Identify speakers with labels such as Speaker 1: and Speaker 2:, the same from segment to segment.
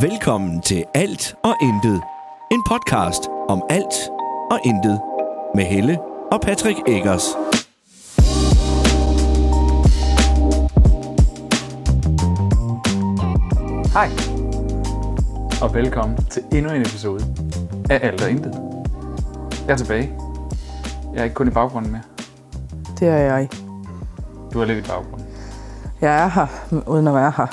Speaker 1: Velkommen til Alt og Intet. En podcast om alt og intet. Med Helle og Patrick Eggers.
Speaker 2: Hej, og velkommen til endnu en episode af Alt og Intet. Jeg er tilbage. Jeg er ikke kun i baggrunden mere.
Speaker 3: Det er jeg.
Speaker 2: Du er lidt i baggrunden.
Speaker 3: Jeg er her, men uden at være her.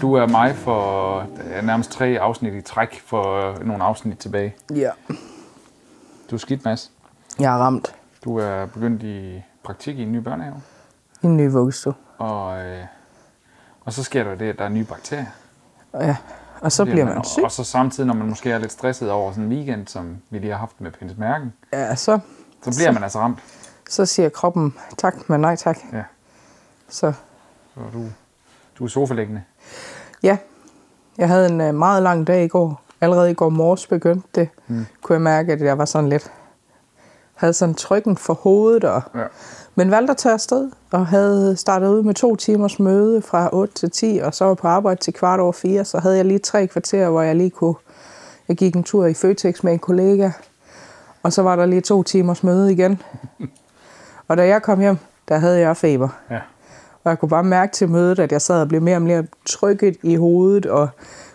Speaker 2: Du er mig for øh, nærmest tre afsnit i træk for øh, nogle afsnit tilbage.
Speaker 3: Ja.
Speaker 2: Du er skidt, Mads.
Speaker 3: Jeg er ramt
Speaker 2: Du er begyndt i praktik i en ny børnehave.
Speaker 3: i en ny vuggestue.
Speaker 2: Og, øh, og så sker der det, at der er nye bakterier.
Speaker 3: Og Ja. Og så bliver man syg.
Speaker 2: og, og så samtidig, når man måske er lidt stresset over sådan en weekend, som vi lige har haft med Pins Mærken,
Speaker 3: Ja, så,
Speaker 2: så bliver man altså ramt.
Speaker 3: så siger kroppen tak, men nej tak.
Speaker 2: Ja,
Speaker 3: Så
Speaker 2: så du, du er sofalæggende.
Speaker 3: ja, jeg havde en øh, meget lang dag i går. Allerede i går morges begyndte det. Mm. Kunne jeg mærke, at jeg var sådan lidt... Havde sådan trykken for hovedet. Og,
Speaker 2: Ja.
Speaker 3: Men valgte at tage afsted og havde startet ud med to timers møde fra 8 til 10, og så var på arbejde til kvart over 4, så havde jeg lige tre kvarter, hvor jeg lige kunne... Jeg gik en tur i Føtex med en kollega, og så var der lige to timers møde igen. og da jeg kom hjem, der havde jeg feber.
Speaker 2: Ja.
Speaker 3: Og jeg kunne bare mærke til mødet, at jeg sad og blev mere og mere trykket i hovedet, og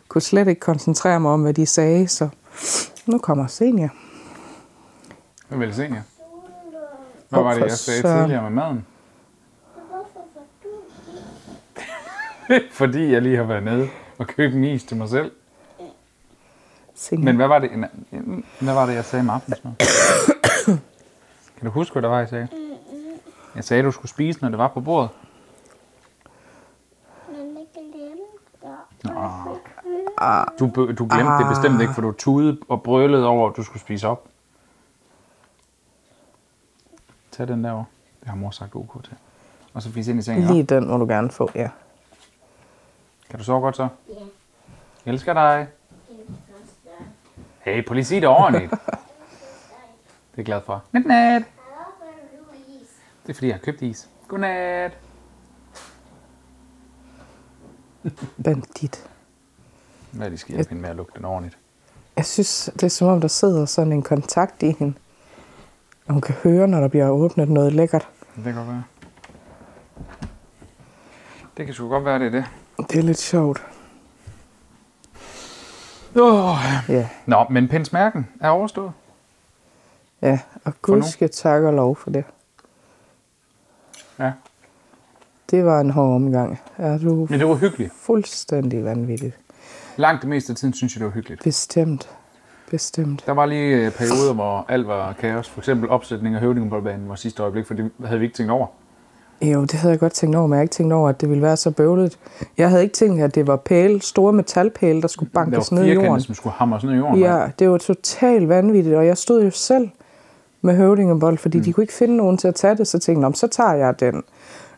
Speaker 3: kunne slet ikke koncentrere mig om, hvad de sagde, så nu kommer senior.
Speaker 2: Men vel senior. Hvad var det, jeg sagde
Speaker 3: Hvorfor så-
Speaker 2: tidligere med maden? Fordi jeg lige har været nede og købt en is til mig selv.
Speaker 3: senior.
Speaker 2: Men hvad var det, en- en- hvad var det jeg sagde med aftensmad? kan du huske, hvad der var, jeg sagde? Jeg sagde, du skulle spise, når det var på bordet.
Speaker 4: Men ikke glemme det.
Speaker 2: Du, bø- du glemte det bestemt ikke, for du tudede og brølede over, at du skulle spise op. Tag den derovre. Det har mor sagt ok til. Og så fisse ind i sengen.
Speaker 3: Lige den må du gerne få, ja.
Speaker 2: Kan du sove godt så? Ja. Elsker dig. Hey, prøv lige at sige det ordentligt. det er jeg glad for. Godnat. Det er fordi, jeg har købt is. Godnat.
Speaker 3: Bandit.
Speaker 2: Hvad er de skal hjælpe hende med at lugte den ordentligt?
Speaker 3: Jeg synes, det er som om, der sidder sådan en kontakt i hende. Og Hun kan høre, når der bliver åbnet noget lækkert.
Speaker 2: Det kan godt være. Det kan sgu godt være, det er det.
Speaker 3: Det er lidt sjovt.
Speaker 2: Oh.
Speaker 3: Ja,
Speaker 2: Nå, men pinsmærken er overstået.
Speaker 3: ja. og gud skal takke og lov for det.
Speaker 2: Ja.
Speaker 3: Det var en hård omgang. Er du
Speaker 2: Men det var hyggeligt.
Speaker 3: fuldstændig vanvittigt?
Speaker 2: Langt det meste af tiden synes jeg, det var hyggeligt.
Speaker 3: Bestemt. Bestemt.
Speaker 2: Der var lige øh, perioder, hvor alt var kaos. For eksempel opsætning af høvdingboldbanen var sidste øjeblik, for det havde vi ikke tænkt over.
Speaker 3: Jo, det havde jeg godt tænkt over, men jeg havde ikke tænkt over, at det ville være så bøvlet. Jeg havde ikke tænkt, at det var pæle, store metalpæle, der skulle
Speaker 2: Der
Speaker 3: bankes
Speaker 2: var
Speaker 3: ned i
Speaker 2: firkantet,
Speaker 3: jorden.
Speaker 2: som skulle hamres ned i jorden. mand.
Speaker 3: Ja, det var totalt vanvittigt, og jeg stod jo selv med høvdingebold, fordi mm. de kunne ikke finde nogen til at tage det, så tænkte jeg, "Nå, men så tager jeg den.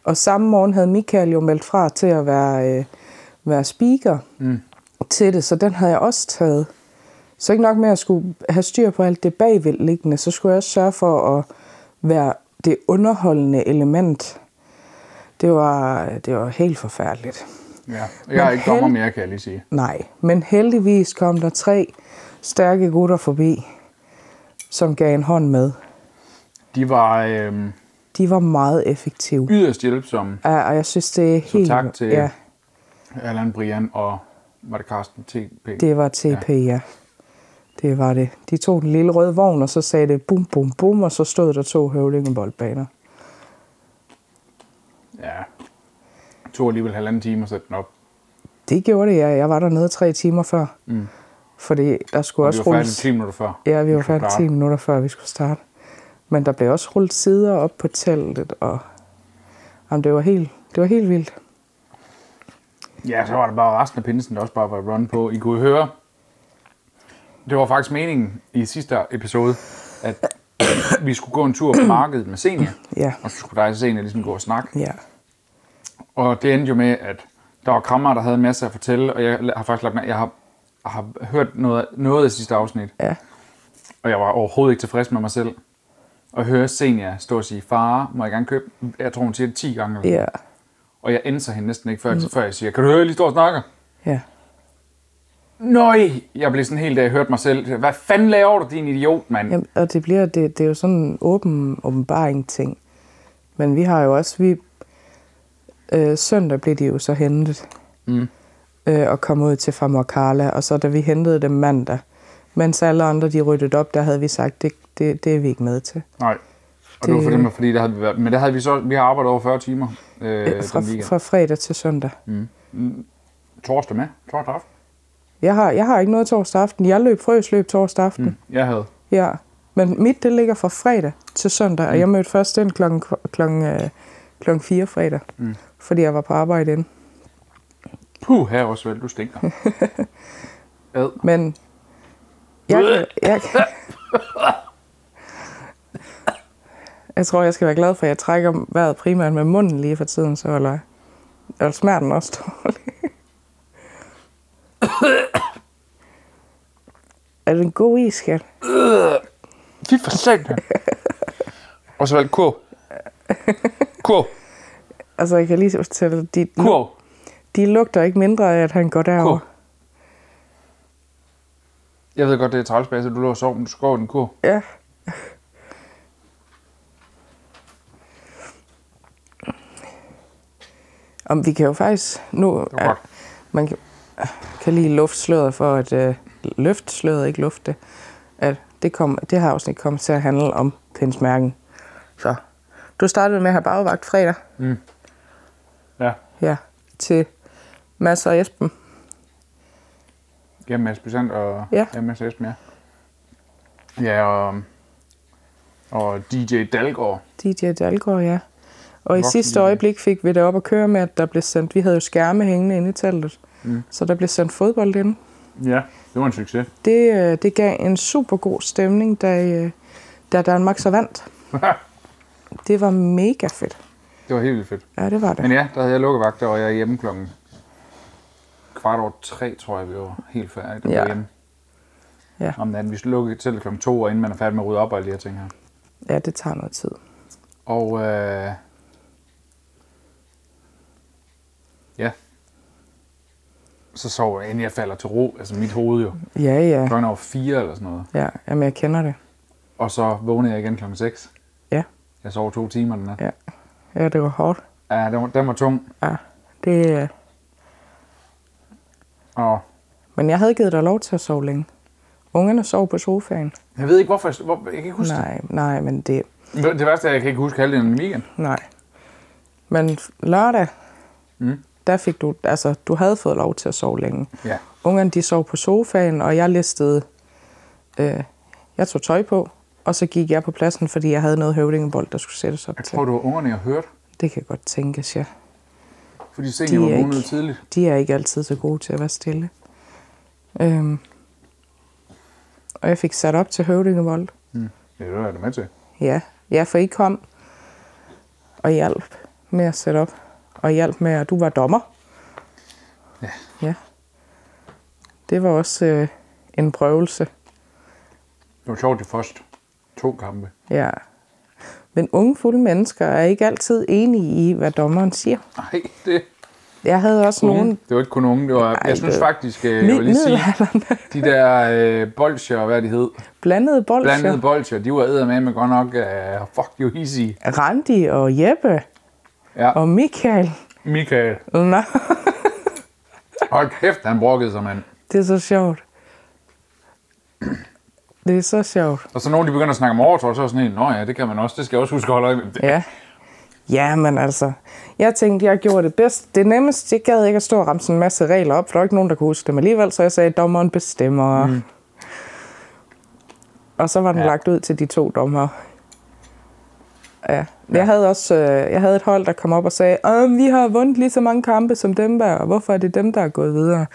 Speaker 3: Og samme morgen havde Michael jo meldt fra til at være, øh, være speaker mm. til det, så den havde jeg også taget. Så ikke nok med at jeg skulle have styr på alt det bagvedliggende, så skulle jeg også sørge for at være det underholdende element. Det var, det var helt forfærdeligt.
Speaker 2: Ja, jeg er
Speaker 3: Men
Speaker 2: ikke dommer
Speaker 3: hel-
Speaker 2: mere, kan jeg lige sige.
Speaker 3: Nej, men heldigvis kom der tre stærke gutter forbi, som gav en hånd med.
Speaker 2: De var øh,
Speaker 3: De var meget effektive.
Speaker 2: yderst hjælpsomme,
Speaker 3: Ja, og jeg synes, det er
Speaker 2: Så
Speaker 3: helt...
Speaker 2: tak til-
Speaker 3: Ja,
Speaker 2: Allan, Brian og var det Carsten T.P.
Speaker 3: det var TP, ja. ja. Det var det. De tog den lille røde vogn, og så sagde det bum, bum, bum, og så stod der to høvdingeboldbaner.
Speaker 2: Ja. Det tog alligevel halvanden time at sætte den op.
Speaker 3: Det gjorde det, ja. Jeg var dernede tre timer før. Mm. Fordi der skulle
Speaker 2: Og vi
Speaker 3: også
Speaker 2: var færdige
Speaker 3: rulles...
Speaker 2: 10 minutter før.
Speaker 3: Ja, vi var
Speaker 2: skulle
Speaker 3: færdige 10
Speaker 2: starte.
Speaker 3: minutter før, vi skulle starte. Men der blev også rullet sider op på teltet, og jamen, det, var helt, det var helt vildt.
Speaker 2: Ja, så var det bare resten af pinsen, der også bare var run på. I kunne høre, det var faktisk meningen i sidste episode, at vi skulle gå en tur på markedet med senior.
Speaker 3: Ja.
Speaker 2: Og så skulle dig og senior ligesom gå og snakke.
Speaker 3: Ja,
Speaker 2: Og det endte jo med, at der var krammer, der havde en masse at fortælle, og jeg har faktisk lagt mærke- jeg har, har hørt noget, noget af sidste afsnit,
Speaker 3: ja.
Speaker 2: og jeg var overhovedet ikke tilfreds med mig selv. Og høre Senia stå og sige, far, må jeg gerne købe? Jeg tror, hun siger det 10 gange. eller sådan.
Speaker 3: Ja,
Speaker 2: Og jeg enser hende næsten ikke, før, mm. før jeg siger, kan du høre, jeg lige står og snakker?
Speaker 3: ja.
Speaker 2: Nøj, jeg blev sådan helt, da jeg hørte mig selv. Hvad fanden laver du, din idiot, mand?
Speaker 3: Jamen, og det, bliver, det, det er jo sådan en åben åbenbaring-ting. Men vi har jo også... Vi, øh, søndag blev de jo så hentet mm. øh, og kom ud til fra Morkala. Og så da vi hentede dem mandag, mens alle andre de ryddede op, der havde vi sagt, det, det, det er vi ikke med til.
Speaker 2: Nej. Og det, det var for dem, fordi der havde vi været, men der havde vi så, vi har arbejdet over 40 timer øh,
Speaker 3: Øh,
Speaker 2: den
Speaker 3: fra,
Speaker 2: weekend.
Speaker 3: fra fredag til søndag.
Speaker 2: Torsdag med, torsdag aften.
Speaker 3: Jeg har, jeg har ikke noget torsdag aften. Jeg løb frøsløb torsdag aften. Mm.
Speaker 2: Jeg havde.
Speaker 3: Ja. Men mit, det ligger fra fredag til søndag, og jeg mødte først ind klokken, klokken, øh, klokken 4 fredag, mm. fordi jeg var på arbejde inden.
Speaker 2: Puh, her også vel, du stinker. Ad.
Speaker 3: Men jeg, kan- jeg, kan- jeg tror, jeg skal være glad for, at jeg trækker vejret primært med munden lige for tiden, så holder jeg og smerten også dårlig. er det en god is, skat?
Speaker 2: Fy for satan. Og så vel, kurv. Kurv,
Speaker 3: Altså, jeg kan lige fortælle, de,
Speaker 2: kurv,
Speaker 3: de lugter ikke mindre af, at han går derover.
Speaker 2: kurv. Jeg ved godt, det er trælsbasse, du lå og sov, men du skår den kurv.
Speaker 3: Ja. Om vi kan jo faktisk nu...
Speaker 2: var godt.
Speaker 3: man kan, kan lige lufte sløret for at... Øh, løfte sløret, ikke lufte. At det, kom, det her afsnit kommer til at handle om pensmærken. Så du startede med at have bagvagt fredag.
Speaker 2: Ja.
Speaker 3: Ja, til Mads og Esben.
Speaker 2: Jamen, Mads Besant og
Speaker 3: Ja.
Speaker 2: ja. MS Esben, ja. Ja, og, og DJ Dalgaard.
Speaker 3: DJ Dalgaard, ja. Og i
Speaker 2: Voksen
Speaker 3: sidste
Speaker 2: DJ.
Speaker 3: øjeblik fik vi det op at køre med, at der blev sendt... Vi havde jo skærme hængende inde i teltet, mm. så der blev sendt fodbold ind.
Speaker 2: Ja, det var en succes.
Speaker 3: Det, øh, det gav en super god stemning, da, øh, da Danmark så vandt. Det var mega fedt.
Speaker 2: det var helt vildt fedt.
Speaker 3: Ja, det var det.
Speaker 2: Men ja, der havde jeg lukkevagt, og jeg er hjemme klokken kvart over tre, tror jeg, vi var helt færdige. Der
Speaker 3: Ja.
Speaker 2: ja. hjemme.
Speaker 3: Ja.
Speaker 2: Om natten. Vi lukkede til klokken to, og inden man er færdig med at rydde op og alle de her ting her.
Speaker 3: Ja, det tager noget tid.
Speaker 2: Og øh... ja, så sover jeg, inden jeg falder til ro. Altså mit hoved jo.
Speaker 3: Ja, ja.
Speaker 2: Klokken er over fire eller sådan noget.
Speaker 3: Ja, jamen, jeg kender det.
Speaker 2: Og så vågnede jeg igen klokken 6.
Speaker 3: Ja,
Speaker 2: Jeg sov to timer den nat.
Speaker 3: ja. Ja, det var hårdt.
Speaker 2: Ja, den var, den var tung.
Speaker 3: Ja, det, øh,
Speaker 2: Og
Speaker 3: men jeg havde givet dig lov til at sove længe. Ungerne sov på sofaen.
Speaker 2: jeg ved ikke, hvorfor jeg... Hvor, jeg kan ikke huske
Speaker 3: Nej, nej, men det...
Speaker 2: det. Det værste er, at jeg kan ikke huske halvdelen af min weekend.
Speaker 3: Nej. Men lørdag,
Speaker 2: Mm.
Speaker 3: der fik du... Altså, du havde fået lov til at sove længe.
Speaker 2: Ja.
Speaker 3: Ungerne de sov på sofaen, og jeg listede... Øh, jeg tog tøj på, og så gik jeg på pladsen, fordi jeg havde noget høvdingebold, der skulle sættes op
Speaker 2: Jeg
Speaker 3: til.
Speaker 2: tror, du var ungerne, jeg hørte.
Speaker 3: Det kan godt tænkes, ja.
Speaker 2: Fordi
Speaker 3: De
Speaker 2: senere
Speaker 3: er,
Speaker 2: var vågnet
Speaker 3: ikke,
Speaker 2: tidligt.
Speaker 3: de er ikke altid så gode til at være stille. Øhm, og jeg fik sat op til høvdingebold.
Speaker 2: Ja, det var jeg da med til.
Speaker 3: Ja, ja, for I kom og hjalp med at sætte op. Og hjalp med, at du var dommer.
Speaker 2: Ja.
Speaker 3: Ja. Det var også øh, en prøvelse.
Speaker 2: Det var sjovt, de første to kampe.
Speaker 3: Ja. Men unge fulde mennesker er ikke altid enige i, hvad dommeren siger.
Speaker 2: Nej, det...
Speaker 3: Jeg havde også
Speaker 2: Unge.
Speaker 3: nogen...
Speaker 2: Det var ikke kun unge. Det var, Ej, jeg
Speaker 3: det-
Speaker 2: synes faktisk, øh, jeg
Speaker 3: Mid-
Speaker 2: vil lige sige,
Speaker 3: middelalderen
Speaker 2: de der øh, bolcher, hvad det hed,
Speaker 3: blandede bolcher.
Speaker 2: blandede bolcher, de var eddermame med godt nok, øh, fuck you easy.
Speaker 3: Randi og Jeppe
Speaker 2: Ja,
Speaker 3: og Michael.
Speaker 2: Michael.
Speaker 3: Nå,
Speaker 2: Hold kæft, han brokkede sig, mand.
Speaker 3: det er så sjovt. Det er så sjovt.
Speaker 2: Og så nogen, de begynder at snakke om overtråd, så er jeg sådan en, nå ja, det kan man også, det skal jeg også huske at holde øje med. Det-
Speaker 3: Ja. Ja, men altså, jeg tænkte, jeg gjorde det bedst. Det nemmeste, jeg gad ikke at stå og ramse en masse regler op, for der var ikke nogen, der kunne huske dem alligevel, så jeg sagde, dommeren bestemmer. Mm. Og så var den ja.
Speaker 2: Ja.
Speaker 3: lagt ud til de to dommer. Ja. Jeg havde også øh, jeg havde et hold, der kom op og sagde, "Åh, vi har vundet lige så mange kampe som dem der, og hvorfor er det dem, der er gået videre?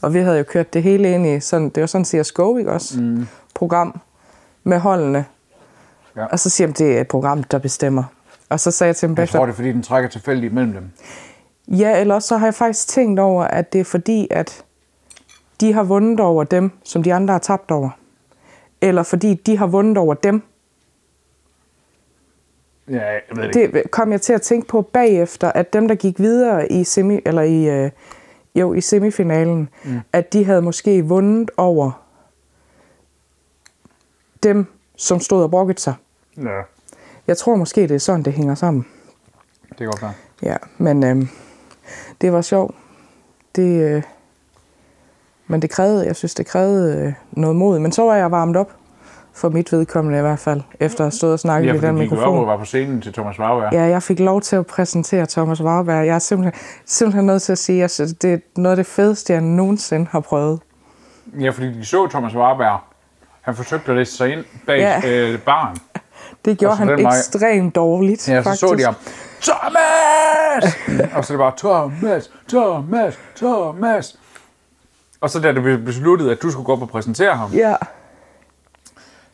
Speaker 3: Og vi havde jo kørt det hele ind i, sådan, det var sådan CSGO, ikke også? Mm. Program med holdene.
Speaker 2: Ja.
Speaker 3: Og så siger de, det er et program, der bestemmer. Og så sagde jeg til dem
Speaker 2: Jeg
Speaker 3: bagefter,
Speaker 2: tror, det er, fordi den trækker tilfældigt imellem dem.
Speaker 3: Ja, eller også så har jeg faktisk tænkt over, at det er fordi, at de har vundet over dem, som de andre har tabt over. Eller fordi de har vundet over dem.
Speaker 2: Ja, jeg ved det, det... ikke.
Speaker 3: Det kom jeg til at tænke på bagefter, at dem, der gik videre i, semi, eller i, øh, jo, i semifinalen, mm. at de havde måske vundet over dem, som stod og brokkede sig.
Speaker 2: Ja,
Speaker 3: Jeg tror måske, det er sådan, det hænger sammen.
Speaker 2: det er godt være.
Speaker 3: Ja, men øhm, det var sjovt. Det, øh, men det krævede, jeg synes, det krævede øh, noget mod. Men så var jeg varmt op, for mit vedkommende i hvert fald, efter at have stået og snakket
Speaker 2: Ja,
Speaker 3: ja, i den
Speaker 2: fordi Viggo Ørbo
Speaker 3: mikrofon.
Speaker 2: var på scenen til Thomas Warberg.
Speaker 3: Ja, jeg fik lov til at præsentere Thomas Warberg. Jeg er simpelthen, simpelthen nødt til at sige, at jeg synes, det er noget af det fedeste, jeg nogensinde har prøvet.
Speaker 2: Ja, fordi de så Thomas Warberg. Han forsøgte at læse sig ind bag
Speaker 3: Ja.
Speaker 2: øh, baren.
Speaker 3: Det gjorde
Speaker 2: Og så
Speaker 3: han
Speaker 2: den vej.
Speaker 3: ekstremt dårligt,
Speaker 2: Ja, så
Speaker 3: faktisk.
Speaker 2: så de ham. Thomas! og så er det bare, Thomas, Thomas, Thomas. Og så da det blev besluttet, at du skulle gå op og præsentere ham,
Speaker 3: Ja,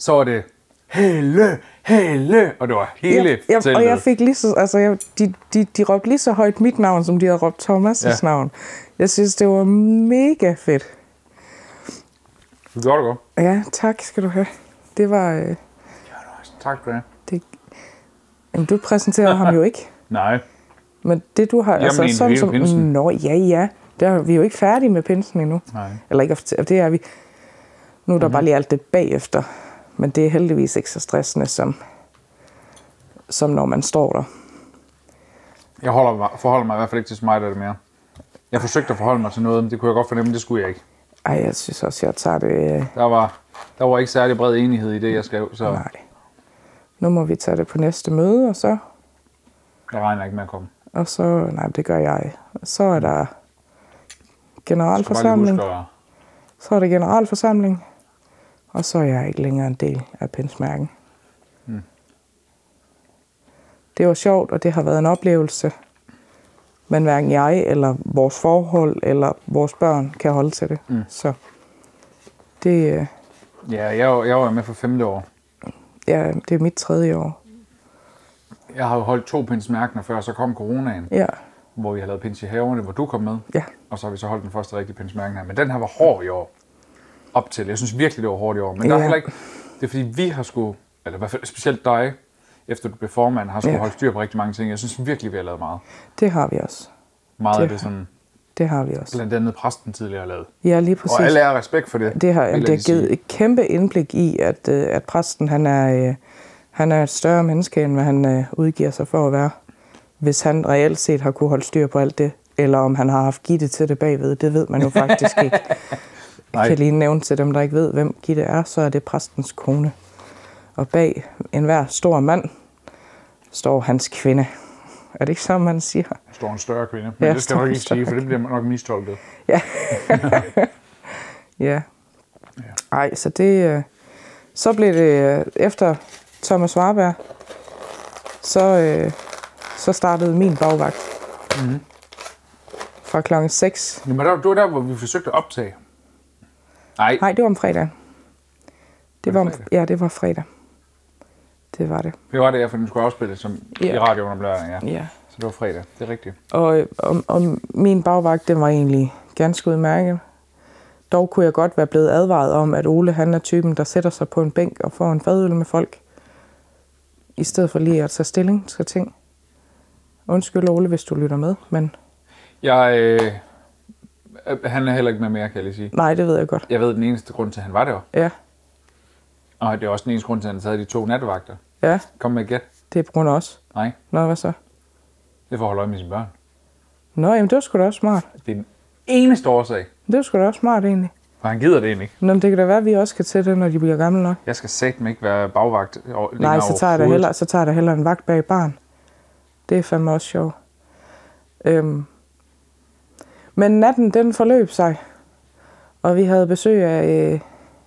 Speaker 2: så var det, Helle, Helle, og det var hele
Speaker 3: ja, ja, og
Speaker 2: teltet.
Speaker 3: jeg fik lige så, altså, jeg, de, de, de råbte lige så højt mit navn, som de havde råbt Thomas'
Speaker 2: Ja.
Speaker 3: ja. navn. Jeg synes, det var mega fedt.
Speaker 2: Du gjorde det godt.
Speaker 3: Ja, tak skal du have. Det var... Øh,
Speaker 2: Tak for det.
Speaker 3: det, jamen, du præsenterede ham jo ikke.
Speaker 2: Nej.
Speaker 3: Men det du har... Jamen,
Speaker 2: mener
Speaker 3: altså, sådan
Speaker 2: hele
Speaker 3: som,
Speaker 2: pinsen.
Speaker 3: Nå, ja, ja. Der, er vi er jo ikke færdige med pinsen endnu.
Speaker 2: Nej. Mhm.
Speaker 3: Eller ikke, ofte- det er vi. Nu er der mm-hmm. bare lige alt det bagefter. Men det er heldigvis ikke så stressende, som, som når man står der.
Speaker 2: Jeg holder mig, forholder mig i hvert fald ikke til smite af det mere. Jeg forsøgte at forholde mig til noget, men det kunne jeg godt fornemme, det skulle jeg ikke.
Speaker 3: Ej, jeg synes også, jeg tager det... Øh,
Speaker 2: Der var, der var ikke særlig bred enighed i det, jeg skrev, så
Speaker 3: nej. Nu må vi tage det på næste møde, og så...
Speaker 2: jeg regner ikke med at komme.
Speaker 3: Og så... Nej, det gør jeg. Så er der
Speaker 2: Jeg skal bare lige
Speaker 3: generalforsamling.
Speaker 2: huske at...
Speaker 3: Så er der generalforsamling, og så er jeg ikke længere en del af Pinsmærken. Mm. Det var sjovt, og det har været en oplevelse. Men hverken jeg, eller vores forhold, eller vores børn kan holde til det. Mm. Så det, øh,
Speaker 2: Ja, jeg, var- jeg var med for femte år.
Speaker 3: ja, det er mit tredje år.
Speaker 2: Jeg har jo holdt to pinsmærkner før, så kom coronaen,
Speaker 3: Ja,
Speaker 2: hvor vi har lavet pins i haverne, hvor du kom med.
Speaker 3: ja.
Speaker 2: Og så har vi så holdt den første rigtige pinsmærken her. Men den her var hård i år. Op til. Jeg synes virkelig, det var hårdt i år. Men der er
Speaker 3: Ja.
Speaker 2: heller ikke... Det er fordi, vi har sgu... Eller i hvert fald specielt dig, efter du blev formand, har sgu
Speaker 3: Ja.
Speaker 2: holdt styr på rigtig mange ting. Jeg synes virkelig, vi har lavet meget.
Speaker 3: Det har vi også.
Speaker 2: Meget af
Speaker 3: Det-
Speaker 2: det, som
Speaker 3: Det har vi også.
Speaker 2: blandt andet præsten tidligere har lavet.
Speaker 3: Ja, lige præcis.
Speaker 2: Og alle er respekt for det.
Speaker 3: Det har,
Speaker 2: vil
Speaker 3: jamen,
Speaker 2: jeg
Speaker 3: det
Speaker 2: lige
Speaker 3: har givet et kæmpe indblik i, at, øh, at præsten han er, øh, han er et større menneske, end hvad han øh, udgiver sig for at være. Hvis han reelt set har kunne holde styr på alt det, eller om han har haft Gitte til det bagved, det ved man jo faktisk ikke.
Speaker 2: Nej.
Speaker 3: Jeg kan lige nævne til dem, der ikke ved, hvem Gitte er, så er det præstens kone. Og bag enhver stor mand står hans kvinde. Er det ikke sådan, man siger?
Speaker 2: sige. Står en større kvinde. Men
Speaker 3: Ja,
Speaker 2: det skal jeg
Speaker 3: står
Speaker 2: nok
Speaker 3: en
Speaker 2: ikke sige,
Speaker 3: større
Speaker 2: for det bliver nok mistolket.
Speaker 3: Ja. Nej, så det... øh, Så blev det øh, efter Thomas Warberg, så, øh, så startede min bagvagt. Mm-hmm. Fra klokken 6.
Speaker 2: Men der, det var der, hvor vi forsøgte at optage. Nej,
Speaker 3: Nej, det var om fredagen. Det
Speaker 2: Var
Speaker 3: var, om,
Speaker 2: det fredag?
Speaker 3: ja, det var fredag. Det var det.
Speaker 2: det var det, jeg for den skulle afspilles som i
Speaker 3: Ja.
Speaker 2: radioen om lørdagen. Ja.
Speaker 3: Ja.
Speaker 2: Så det var fredag, det er rigtigt.
Speaker 3: Og, øh, og, og min bagvagt, den var egentlig ganske udmærket. Dog kunne jeg godt være blevet advaret om, at Ole han er typen, der sætter sig på en bænk og får en fadøl med folk, i stedet for lige at tage stilling til ting. Undskyld Ole, hvis du lytter med, men
Speaker 2: Jeg, øh, øh, han er heller ikke med mere, kan jeg lige sige.
Speaker 3: nej, det ved jeg godt.
Speaker 2: Jeg ved den eneste grund til, at han var der.
Speaker 3: Ja,
Speaker 2: Og det er også den eneste grund til, at han havde de to nattevagter.
Speaker 3: ja,
Speaker 2: Kom med et gæt.
Speaker 3: det er på grund af os.
Speaker 2: Nej,
Speaker 3: Nå, hvad så?
Speaker 2: det er for at holde øje med sine børn.
Speaker 3: Nå, jamen det var sgu da også smart.
Speaker 2: Det er den eneste årsag.
Speaker 3: Det var sgu da også smart egentlig.
Speaker 2: For han gider det egentlig. ikke.
Speaker 3: Nå, men det kan da være, at vi også kan til det, når de bliver gamle nok.
Speaker 2: Jeg skal satme ikke være bagvagt over- længere
Speaker 3: Nej, så tager, jeg da
Speaker 2: overhovedet.
Speaker 3: heller, så tager jeg da heller en vagt bag barn. Det er fandme også sjovt. Øhm. Men natten, den forløb sig. Og vi havde besøg af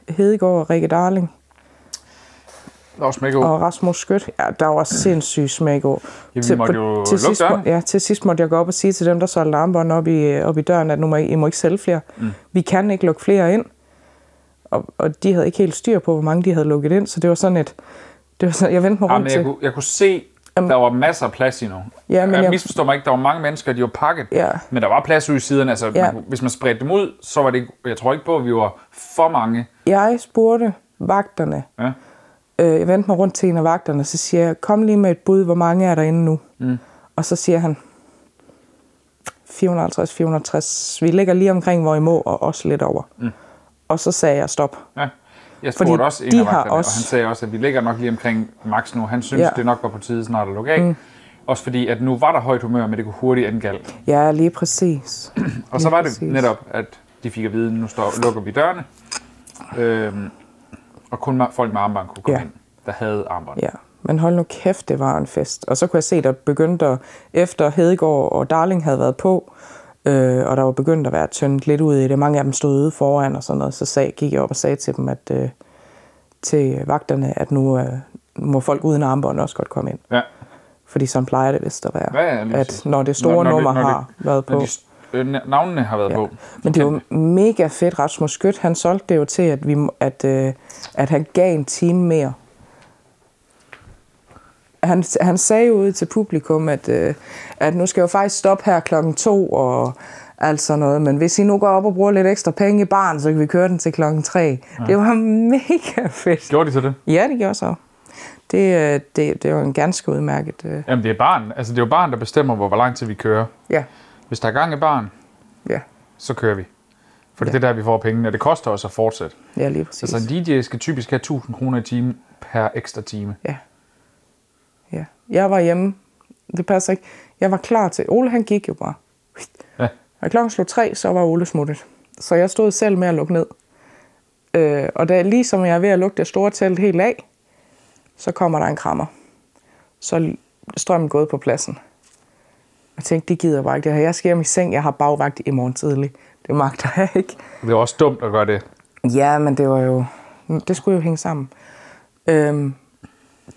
Speaker 3: øh, Hedegaard, Rikke Darling
Speaker 2: Der var smæk over.
Speaker 3: og Rasmus Skødt. Ja, der var sindssygt smæk over.
Speaker 2: vi måtte jo
Speaker 3: til
Speaker 2: lukke
Speaker 3: sidst,
Speaker 2: døren.
Speaker 3: må- Ja, til sidst måtte jeg gå op og sige til dem, der solgte armbånd op i, øh, op i døren, at nu må I, I må ikke sælge flere. Mm. Vi kan ikke lukke flere ind. Og, og de havde ikke helt styr på, hvor mange de havde lukket ind, så det var sådan et... Det var sådan, jeg vendte mig
Speaker 2: Ja,
Speaker 3: rundt
Speaker 2: men
Speaker 3: til.
Speaker 2: jeg, kunne, jeg kunne se, Jamen, der var masser af plads endnu.
Speaker 3: Ja, men
Speaker 2: jeg,
Speaker 3: jeg-
Speaker 2: misforstår mig ikke, der var mange mennesker, de var pakket.
Speaker 3: Ja.
Speaker 2: Men der var plads ude i siderne. Altså,
Speaker 3: Ja.
Speaker 2: man, kunne- hvis man spredte dem ud, så var det ikke... Jeg tror ikke på, at vi var for mange.
Speaker 3: Jeg spurgte vagterne,
Speaker 2: Ja.
Speaker 3: øh, jeg vendte mig rundt til en af vagterne, så siger jeg, kom lige med et bud, hvor mange er der inde nu? Mm. Og så siger han, 450-460. Vi ligger lige omkring, hvor I må, og også lidt over. Mm. Og så sagde jeg stop.
Speaker 2: Ja. Jeg
Speaker 3: Fordi
Speaker 2: spurgte Fordi også en
Speaker 3: de
Speaker 2: af
Speaker 3: har
Speaker 2: vagterne, også... og
Speaker 3: også-
Speaker 2: han sagde også, at vi ligger nok lige omkring max nu. Han synes, ja.
Speaker 3: Ja.
Speaker 2: det nok var på tide snart at lukke af. Mm. Også fordi, at nu var der højt humør, men det kunne hurtigt ende galt.
Speaker 3: Ja, lige præcis.
Speaker 2: Og så
Speaker 3: Lige
Speaker 2: var det
Speaker 3: præcis.
Speaker 2: netop, at de fik at vide, at nu står, lukker vi dørene. Øhm, og kun ma- folk med armbånd kunne komme ja.
Speaker 3: Ja.
Speaker 2: ind, der havde armbånd.
Speaker 3: Ja, men hold nu kæft, det var en fest. Og så kunne jeg se, der begyndte at, efter Hedegaard og Darling havde været på, øh, og der var begyndt at være tyndt lidt ud i det, mange af dem stod ude foran og sådan noget, så sag, gik jeg op og sagde til dem, at, øh, til vagterne, at nu øh, må folk uden armbånd også godt komme ind.
Speaker 2: Ja.
Speaker 3: Fordi sådan plejer det vist at være,
Speaker 2: Ja, ja, lige
Speaker 3: at
Speaker 2: præcis.
Speaker 3: når det store
Speaker 2: Når-
Speaker 3: når,
Speaker 2: når det-
Speaker 3: nummer
Speaker 2: når det-
Speaker 3: har været på.
Speaker 2: Når de, s- øh, na- navnene har været ja.
Speaker 3: Ja.
Speaker 2: på.
Speaker 3: Men det var mega fedt. Rasmus Skødt, han solgte det jo til, at, vi, må- at, øh, at han gav en time mere. Han, han sagde jo ud til publikum, at, øh, at nu skal jeg jo faktisk stoppe her klokken to og alt sådan noget. Men hvis I nu går op og bruger lidt ekstra penge i baren, så kan vi køre den til klokken tre. Ja. Det var mega fedt.
Speaker 2: Gjorde de så det?
Speaker 3: Ja, det gjorde så. Det, øh, det, det var en ganske udmærket... Øh,
Speaker 2: Jamen, det er barn. Altså, det er jo barn, der bestemmer, hvor, hvor lang tid vi kører.
Speaker 3: ja,
Speaker 2: Hvis der er gang i barn,
Speaker 3: ja,
Speaker 2: så kører vi. For det er
Speaker 3: Ja.
Speaker 2: det der, vi får pengene, og det koster os at fortsætte.
Speaker 3: ja, lige præcis.
Speaker 2: Altså en DJ skal typisk have 1000 kroner i timen per ekstra time.
Speaker 3: Ja. Ja. Jeg var hjemme. Det passer ikke. Jeg var klar til. Ole han gik jo bare.
Speaker 2: Ja.
Speaker 3: Og klokken slog tre, så var Ole smuttet. Så jeg stod selv med at lukke ned. Øh, og da lige som jeg er ved at lukke det store telt helt af, så kommer der en krammer. Så er strømmen gået på pladsen. Jeg tænkte, det gider jeg bare ikke det her. Jeg skal hjem i seng, jeg har bagvagt i morgen tidlig. Det magter jeg ikke.
Speaker 2: Det er også dumt at gøre det.
Speaker 3: Ja, men det var jo... Det skulle jo hænge sammen. Øhm,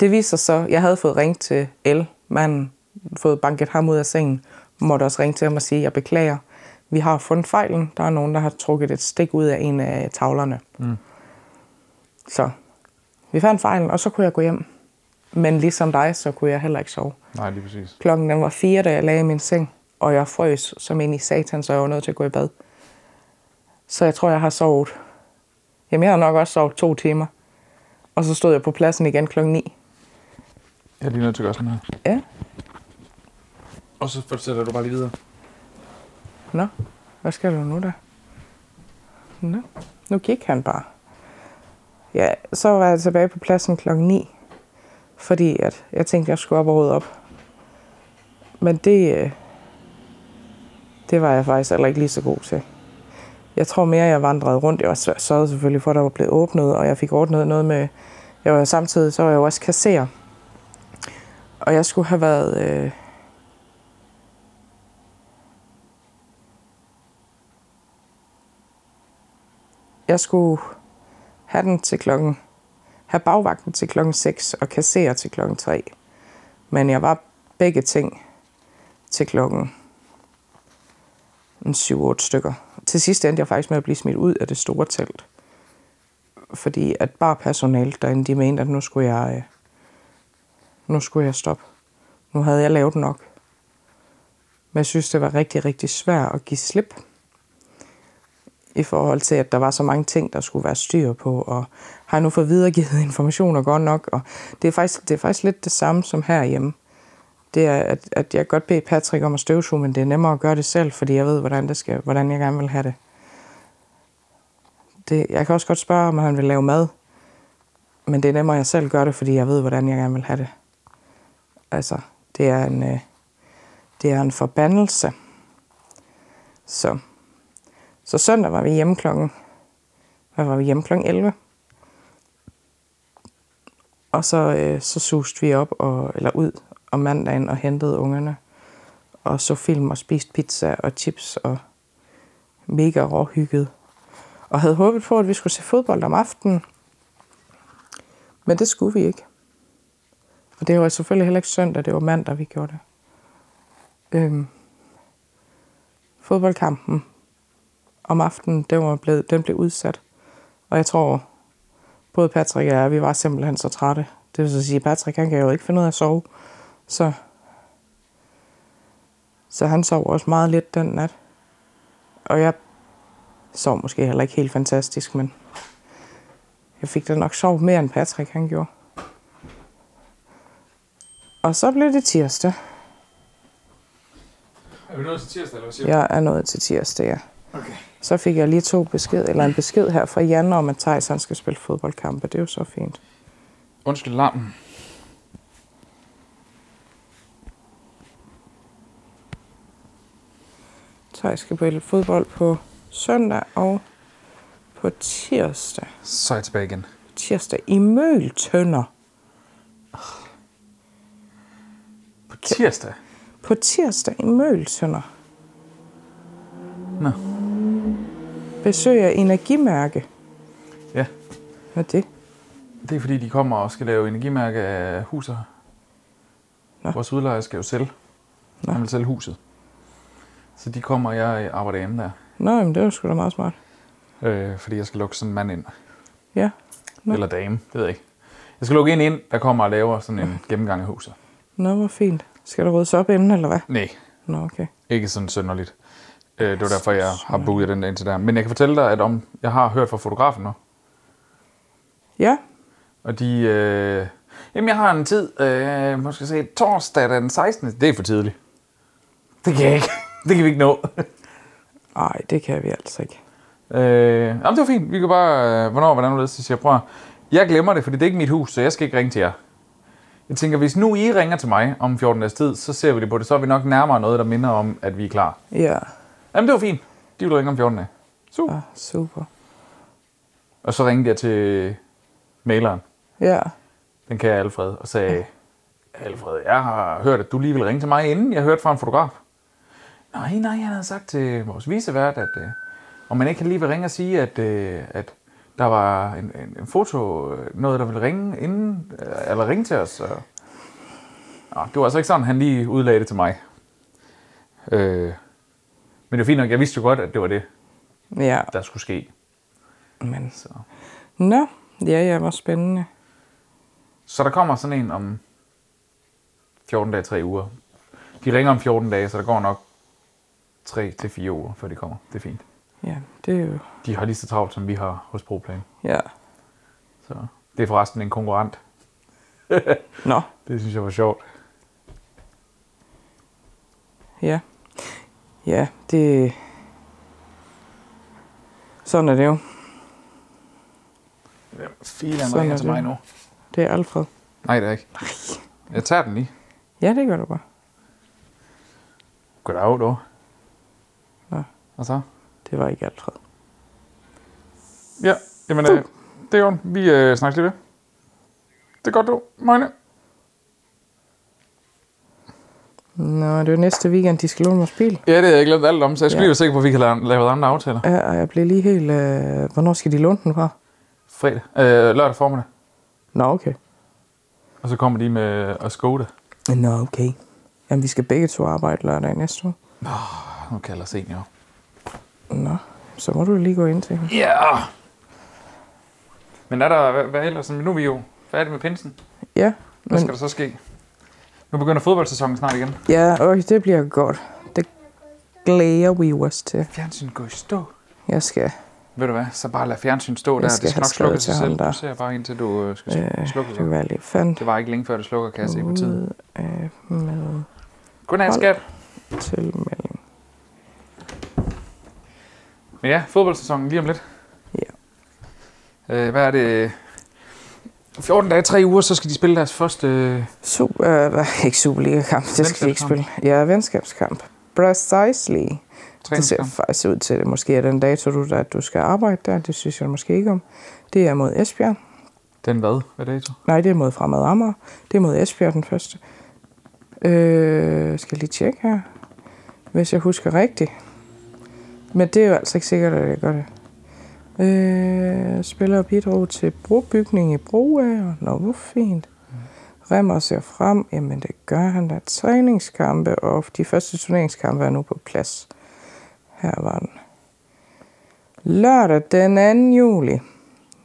Speaker 3: det viser sig så, jeg havde fået ringet til El, manden, fået banket ham ud af sengen, måtte også ringe til ham og sige, jeg beklager, vi har fundet fejlen, der er nogen, der har trukket et stik ud af en af tavlerne. Mm. Så vi fandt fejlen, og så kunne jeg gå hjem. Men ligesom dig, så kunne jeg heller ikke sove.
Speaker 2: Nej, lige præcis.
Speaker 3: Klokken den var fire, da jeg lagde i min seng, og jeg frøs som ind i satan, så jeg var nødt til at gå i bad. Så jeg tror, jeg har sovet. Jamen, jeg har nok også sovet to timer. Og så stod jeg på pladsen igen klokken 9.
Speaker 2: Jeg er lige nødt til at gøre sådan her.
Speaker 3: Ja,
Speaker 2: Og så fortsætter du bare lige videre.
Speaker 3: nå. Hvad skal du nu da? Nå, nu gik han bare. Ja, så var jeg tilbage på pladsen klokken 9. Fordi at jeg tænkte, jeg skulle op og rydde op. Men det, øh, det var jeg faktisk heller ikke lige så god til. Jeg tror mere, jeg vandrede rundt. Jeg var sør- sørgede selvfølgelig for, at der var blevet åbnet, og jeg fik ordnet noget med... Jeg var samtidig, så var jeg jo også kasserer. Og jeg skulle have været... Øh, jeg skulle have den til klokken... Have bagvagten til klokken 6 og kassere til klokken 3. Men jeg var begge ting til klokken en 7-8 stykker. Til sidst endte jeg faktisk med at blive smidt ud af det store telt. Fordi at bare personalet derinde, de mente, at nu skulle jeg, øh, nu skulle jeg stoppe. Nu havde jeg lavet nok. Men jeg synes, det var rigtig, rigtig svært at give slip i forhold til, at der var så mange ting, der skulle være styr på, og har jeg nu fået videregivet informationer godt nok, og det er faktisk, det er faktisk lidt det samme som herhjemme. Det er, at, at jeg godt beder Patrick om at støvsuge, men det er nemmere at gøre det selv, fordi jeg ved, hvordan, det skal, hvordan jeg gerne vil have det. det. Jeg kan også godt spørge, om han vil lave mad, men det er nemmere, at jeg selv gør det, fordi jeg ved, hvordan jeg gerne vil have det. Altså, det er en, øh, det er en forbandelse. Så. Så søndag var vi hjemme klokken... Hvad var vi hjemme klokken 11? Og så, øh, så suste vi op og, eller ud om mandagen og hentede ungerne. Og så film og spiste pizza og chips og mega råhygget. Og havde håbet på, at vi skulle se fodbold om aftenen. Men det skulle vi ikke. Og det var selvfølgelig heller ikke søndag, det var mandag, vi gjorde det. Øhm, fodboldkampen om aftenen, den, var blevet, den blev udsat. Og jeg tror, både Patrick og jeg, vi var simpelthen så trætte. Det vil så sige, Patrick han kan jo ikke finde ud af at sove. Så, så han sov også meget lidt den nat. Og jeg sov måske heller ikke helt fantastisk, men jeg fik da nok sovet mere end Patrick han gjorde. Og så blev det tirsdag.
Speaker 2: Er vi nået til tirsdag, eller hvad siger
Speaker 3: Jeg er nået til tirsdag, ja.
Speaker 2: Okay.
Speaker 3: Så fik jeg lige to besked, eller en besked her fra Jan om, at Thijs han skal spille fodboldkampe. Det er jo så fint.
Speaker 2: Undskyld larmen.
Speaker 3: Thijs skal spille fodbold på søndag og på tirsdag.
Speaker 2: Så er jeg tilbage igen.
Speaker 3: Tirsdag i Møltønder.
Speaker 2: På tirsdag?
Speaker 3: På tirsdag i Møltønder
Speaker 2: Nå.
Speaker 3: besøger Energimærke.
Speaker 2: Ja.
Speaker 3: Hvad er det?
Speaker 2: Det er fordi, de kommer og skal lave energimærke af huset.
Speaker 3: Nå.
Speaker 2: Nå. Vores udlejer skal jo sælge.
Speaker 3: Nå.
Speaker 2: Nå. Han vil sælge huset. Så de kommer, og jeg arbejder hjemme der.
Speaker 3: Nå, jamen, det var sgu da meget smart.
Speaker 2: Øh, fordi jeg skal lukke sådan en mand ind.
Speaker 3: Ja. Nå.
Speaker 2: Nå. Eller dame, det ved jeg ikke. Jeg skal lukke en ind, der kommer og laver sådan en gennemgang af huset.
Speaker 3: Nå, hvor fint. Skal der ryddes op inden, eller hvad?
Speaker 2: Nej,
Speaker 3: Nå, okay.
Speaker 2: ikke sådan synderligt. Øh, det var derfor, jeg har booket den der indtil der. Men jeg kan fortælle dig, at om, jeg har hørt fra fotografen nu.
Speaker 3: Ja,
Speaker 2: Og de... Øh, jamen, jeg har en tid, øh, måske se, torsdag den 16. Det er for tidligt. Det kan jeg ikke. Det kan vi ikke nå.
Speaker 3: ej, det kan vi altså ikke.
Speaker 2: øh, jamen, det var fint. Vi kan bare... Øh, hvornår, hvordan var det? Så siger jeg, prøv at- jeg glemmer det, fordi det er ikke mit hus, så jeg skal ikke ringe til jer. Jeg tænker, hvis nu I ringer til mig om 14 dages tid, så ser vi det på det. Så er vi nok nærmere noget, der minder om, at vi er klar.
Speaker 3: Ja,
Speaker 2: Jamen, det var fint. De ville ringe om 14 dage. Super.
Speaker 3: ah, super.
Speaker 2: Og så ringede jeg til maileren.
Speaker 3: Ja,
Speaker 2: den kære Alfred, og sagde, Alfred, jeg har hørt, at du lige ville ringe til mig, inden jeg hørte fra en fotograf. Nej, nej, han havde sagt til vores visevært, at øh, om man ikke kan lige vil ringe og sige, at, øh, at der var en, en, en foto, øh, noget, der ville ringe, inden, øh, eller ringe til os. Og... Nå, det var altså ikke sådan, han lige udlagde det til mig. Øh, men det var fint nok, jeg vidste jo godt, at det var det,
Speaker 3: ja,
Speaker 2: der skulle ske.
Speaker 3: men...
Speaker 2: Så,
Speaker 3: Nå, ja, ja, hvor spændende.
Speaker 2: så der kommer sådan en om 14 dage, 3 uger. De ringer om 14 dage, så der går nok 3 til 4 uger, før de kommer. Det er fint.
Speaker 3: Ja, det er jo...
Speaker 2: De har lige så travlt, som vi har hos Proplan.
Speaker 3: Ja.
Speaker 2: Så det er forresten en konkurrent.
Speaker 3: Nå,
Speaker 2: Det synes jeg var sjovt.
Speaker 3: ja. Ja, det... Sådan er det jo.
Speaker 2: Filan
Speaker 3: Sådan er det. Det er Alfred.
Speaker 2: Nej, det er ikke. Jeg tager den lige.
Speaker 3: Ja, det gør du bare.
Speaker 2: Goddag, dog.
Speaker 3: Nå.
Speaker 2: Og så?
Speaker 3: Det var ikke Alfred.
Speaker 2: Ja, jamen, øh, det er jo Vi øh, snakkes lige ved. Det er godt, du. Møgne.
Speaker 3: Nå, det er jo næste weekend, de skal låne vores bil.
Speaker 2: Ja, det har jeg glemt alt om, så jeg skal ja.
Speaker 3: Ja.
Speaker 2: lige være sikker på, at vi kan lave, lave andre aftaler.
Speaker 3: Ja, og jeg blev lige helt... Øh... Hvornår skal de låne den fra?
Speaker 2: Fredag. Øh, lørdag formiddag.
Speaker 3: Nå, okay.
Speaker 2: Og så kommer de med og Skoda.
Speaker 3: Nå, okay. Jamen, vi skal begge to arbejde lørdag i næste uge.
Speaker 2: Hun kalder senior.
Speaker 3: Nå, så må du lige gå ind til hende.
Speaker 2: Ja! Yeah. Men er der, hvad, hvad ellers? Nu er vi jo færdige med pinsen.
Speaker 3: Ja,
Speaker 2: Hvad
Speaker 3: men...
Speaker 2: skal der så ske? Nu begynder fodboldsæsonen snart igen.
Speaker 3: Ja, okay, det bliver godt. Det glæder vi os til.
Speaker 2: Fjernsyn går i stå.
Speaker 3: Jeg skal...
Speaker 2: Ved du hvad, så bare lad fjernsyn stå der.
Speaker 3: skal
Speaker 2: Det
Speaker 3: have
Speaker 2: skal nok slukke
Speaker 3: skrevet til
Speaker 2: sig
Speaker 3: ham
Speaker 2: selv.
Speaker 3: der.
Speaker 2: Du ser bare indtil du øh, skal
Speaker 3: Øh,
Speaker 2: øh, slukke
Speaker 3: det kan
Speaker 2: det.
Speaker 3: være lidt fandt
Speaker 2: Det var ikke længe før, det slukker, kan jeg se på tiden.
Speaker 3: ud af med
Speaker 2: Godnat, skat.
Speaker 3: tilmelding.
Speaker 2: Men ja, fodboldsæsonen lige om lidt.
Speaker 3: Ja.
Speaker 2: Øh, hvad er det? 14 dage, 3 uger, så skal de spille deres første... Øh,
Speaker 3: Super, øh, ikke Superliga-kamp, det skal vi ikke spille.
Speaker 2: Venskabskamp.
Speaker 3: Ja, venskabskamp. Precisely. Det ser
Speaker 2: træningskamp.
Speaker 3: faktisk ud til, at det måske er den dato, du, at du skal arbejde der. Det synes jeg måske ikke om. Det er mod Esbjerg.
Speaker 2: Den hvad? Hvad dato?
Speaker 3: Nej, det er mod Fremad Amager. Det er mod Esbjerg den første. Øh, skal jeg lige tjekke her, hvis jeg husker rigtigt. Men det er jo altså ikke sikkert, at jeg gør det. Øh, spiller og bidrag til brobygning i Broager. Nå, hvor fint. Remmer ser frem. Jamen, det gør han da. Træningskampe, og de første turneringskampe er nu på plads. Her var den. Lørdag den 2. juli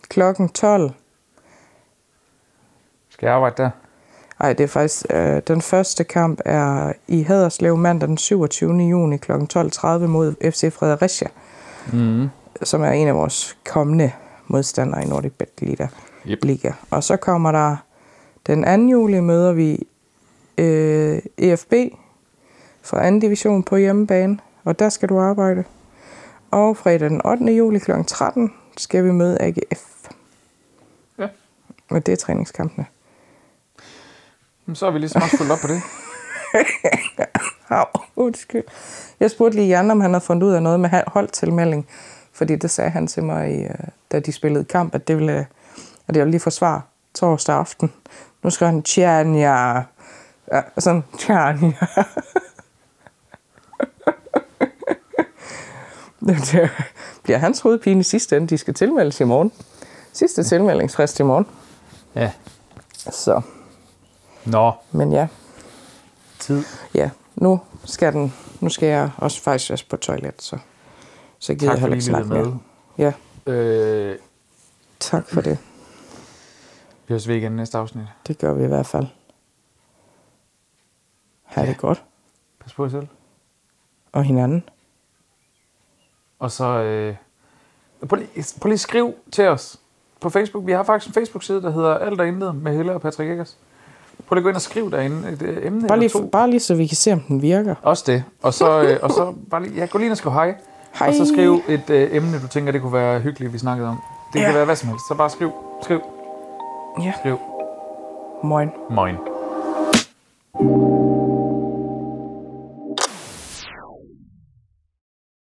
Speaker 3: klokken 12.
Speaker 2: Skal jeg arbejde der?
Speaker 3: Nej, det er faktisk... Øh, den første kamp er i Haderslev mandag den 27. juni kl. 12.30 mod FC Fredericia,
Speaker 2: Mm.
Speaker 3: som er en af vores kommende modstandere i Nordic Bet Liga.
Speaker 2: Yep.
Speaker 3: Liga. Og så kommer der... Den 2. juli møder vi øh, EFB E fra anden division på hjemmebane, og der skal du arbejde. Og fredag den 8. juli kl. 13 skal vi møde AGF,
Speaker 2: Ja.
Speaker 3: og det er træningskampene.
Speaker 2: Jamen, så er vi ligesom også fuldt op på det.
Speaker 3: Au, undskyld. Jeg spurgte lige Jan, om han havde fundet ud af noget med ha- holdtilmelding, fordi det sagde han til mig, i, øh, da de spillede kamp, at det ville, øh, at jeg ville lige forsvare torsdag aften. Nu skal han tjernja. Ja, sådan tjernja. det bliver hans hovedpine i sidste ende. De skal tilmeldes i morgen. Sidste tilmeldingsfrist i morgen.
Speaker 2: Ja.
Speaker 3: Så,
Speaker 2: Nå,
Speaker 3: men ja,
Speaker 2: tid.
Speaker 3: ja, nu skal, den, nu skal jeg også faktisk også på toilet, så, så gider
Speaker 2: Tak
Speaker 3: jeg heller
Speaker 2: fordi
Speaker 3: ikke
Speaker 2: I lyttede
Speaker 3: snakke
Speaker 2: med.
Speaker 3: mere. Ja,
Speaker 2: Øh,
Speaker 3: tak for det.
Speaker 2: vi høres ved igen i næste afsnit.
Speaker 3: Det gør vi i hvert fald. Ha' det godt.
Speaker 2: Pas på jer selv.
Speaker 3: Og hinanden.
Speaker 2: Og så... Øh, prøv, lige, prøv lige at skrive til os på Facebook. Vi har faktisk en Facebook-side, der hedder Alt er intet med Helle og Patrick Eggers. Prøv lige at gå ind og skriv derinde et øh, emne
Speaker 3: Bare
Speaker 2: eller
Speaker 3: lige,
Speaker 2: to.
Speaker 3: bare lige så vi kan se, om den virker.
Speaker 2: Også det. Og så, øh, og så bare lige, ja, gå lige ind og skriv hej.
Speaker 3: Hej.
Speaker 2: Og så skriv et øh, emne, du tænker, det kunne være hyggeligt, vi snakkede om. Det ja. kan være hvad som helst. Så bare skriv, skriv,
Speaker 3: Ja,
Speaker 2: skriv.
Speaker 3: moin.
Speaker 2: Moin.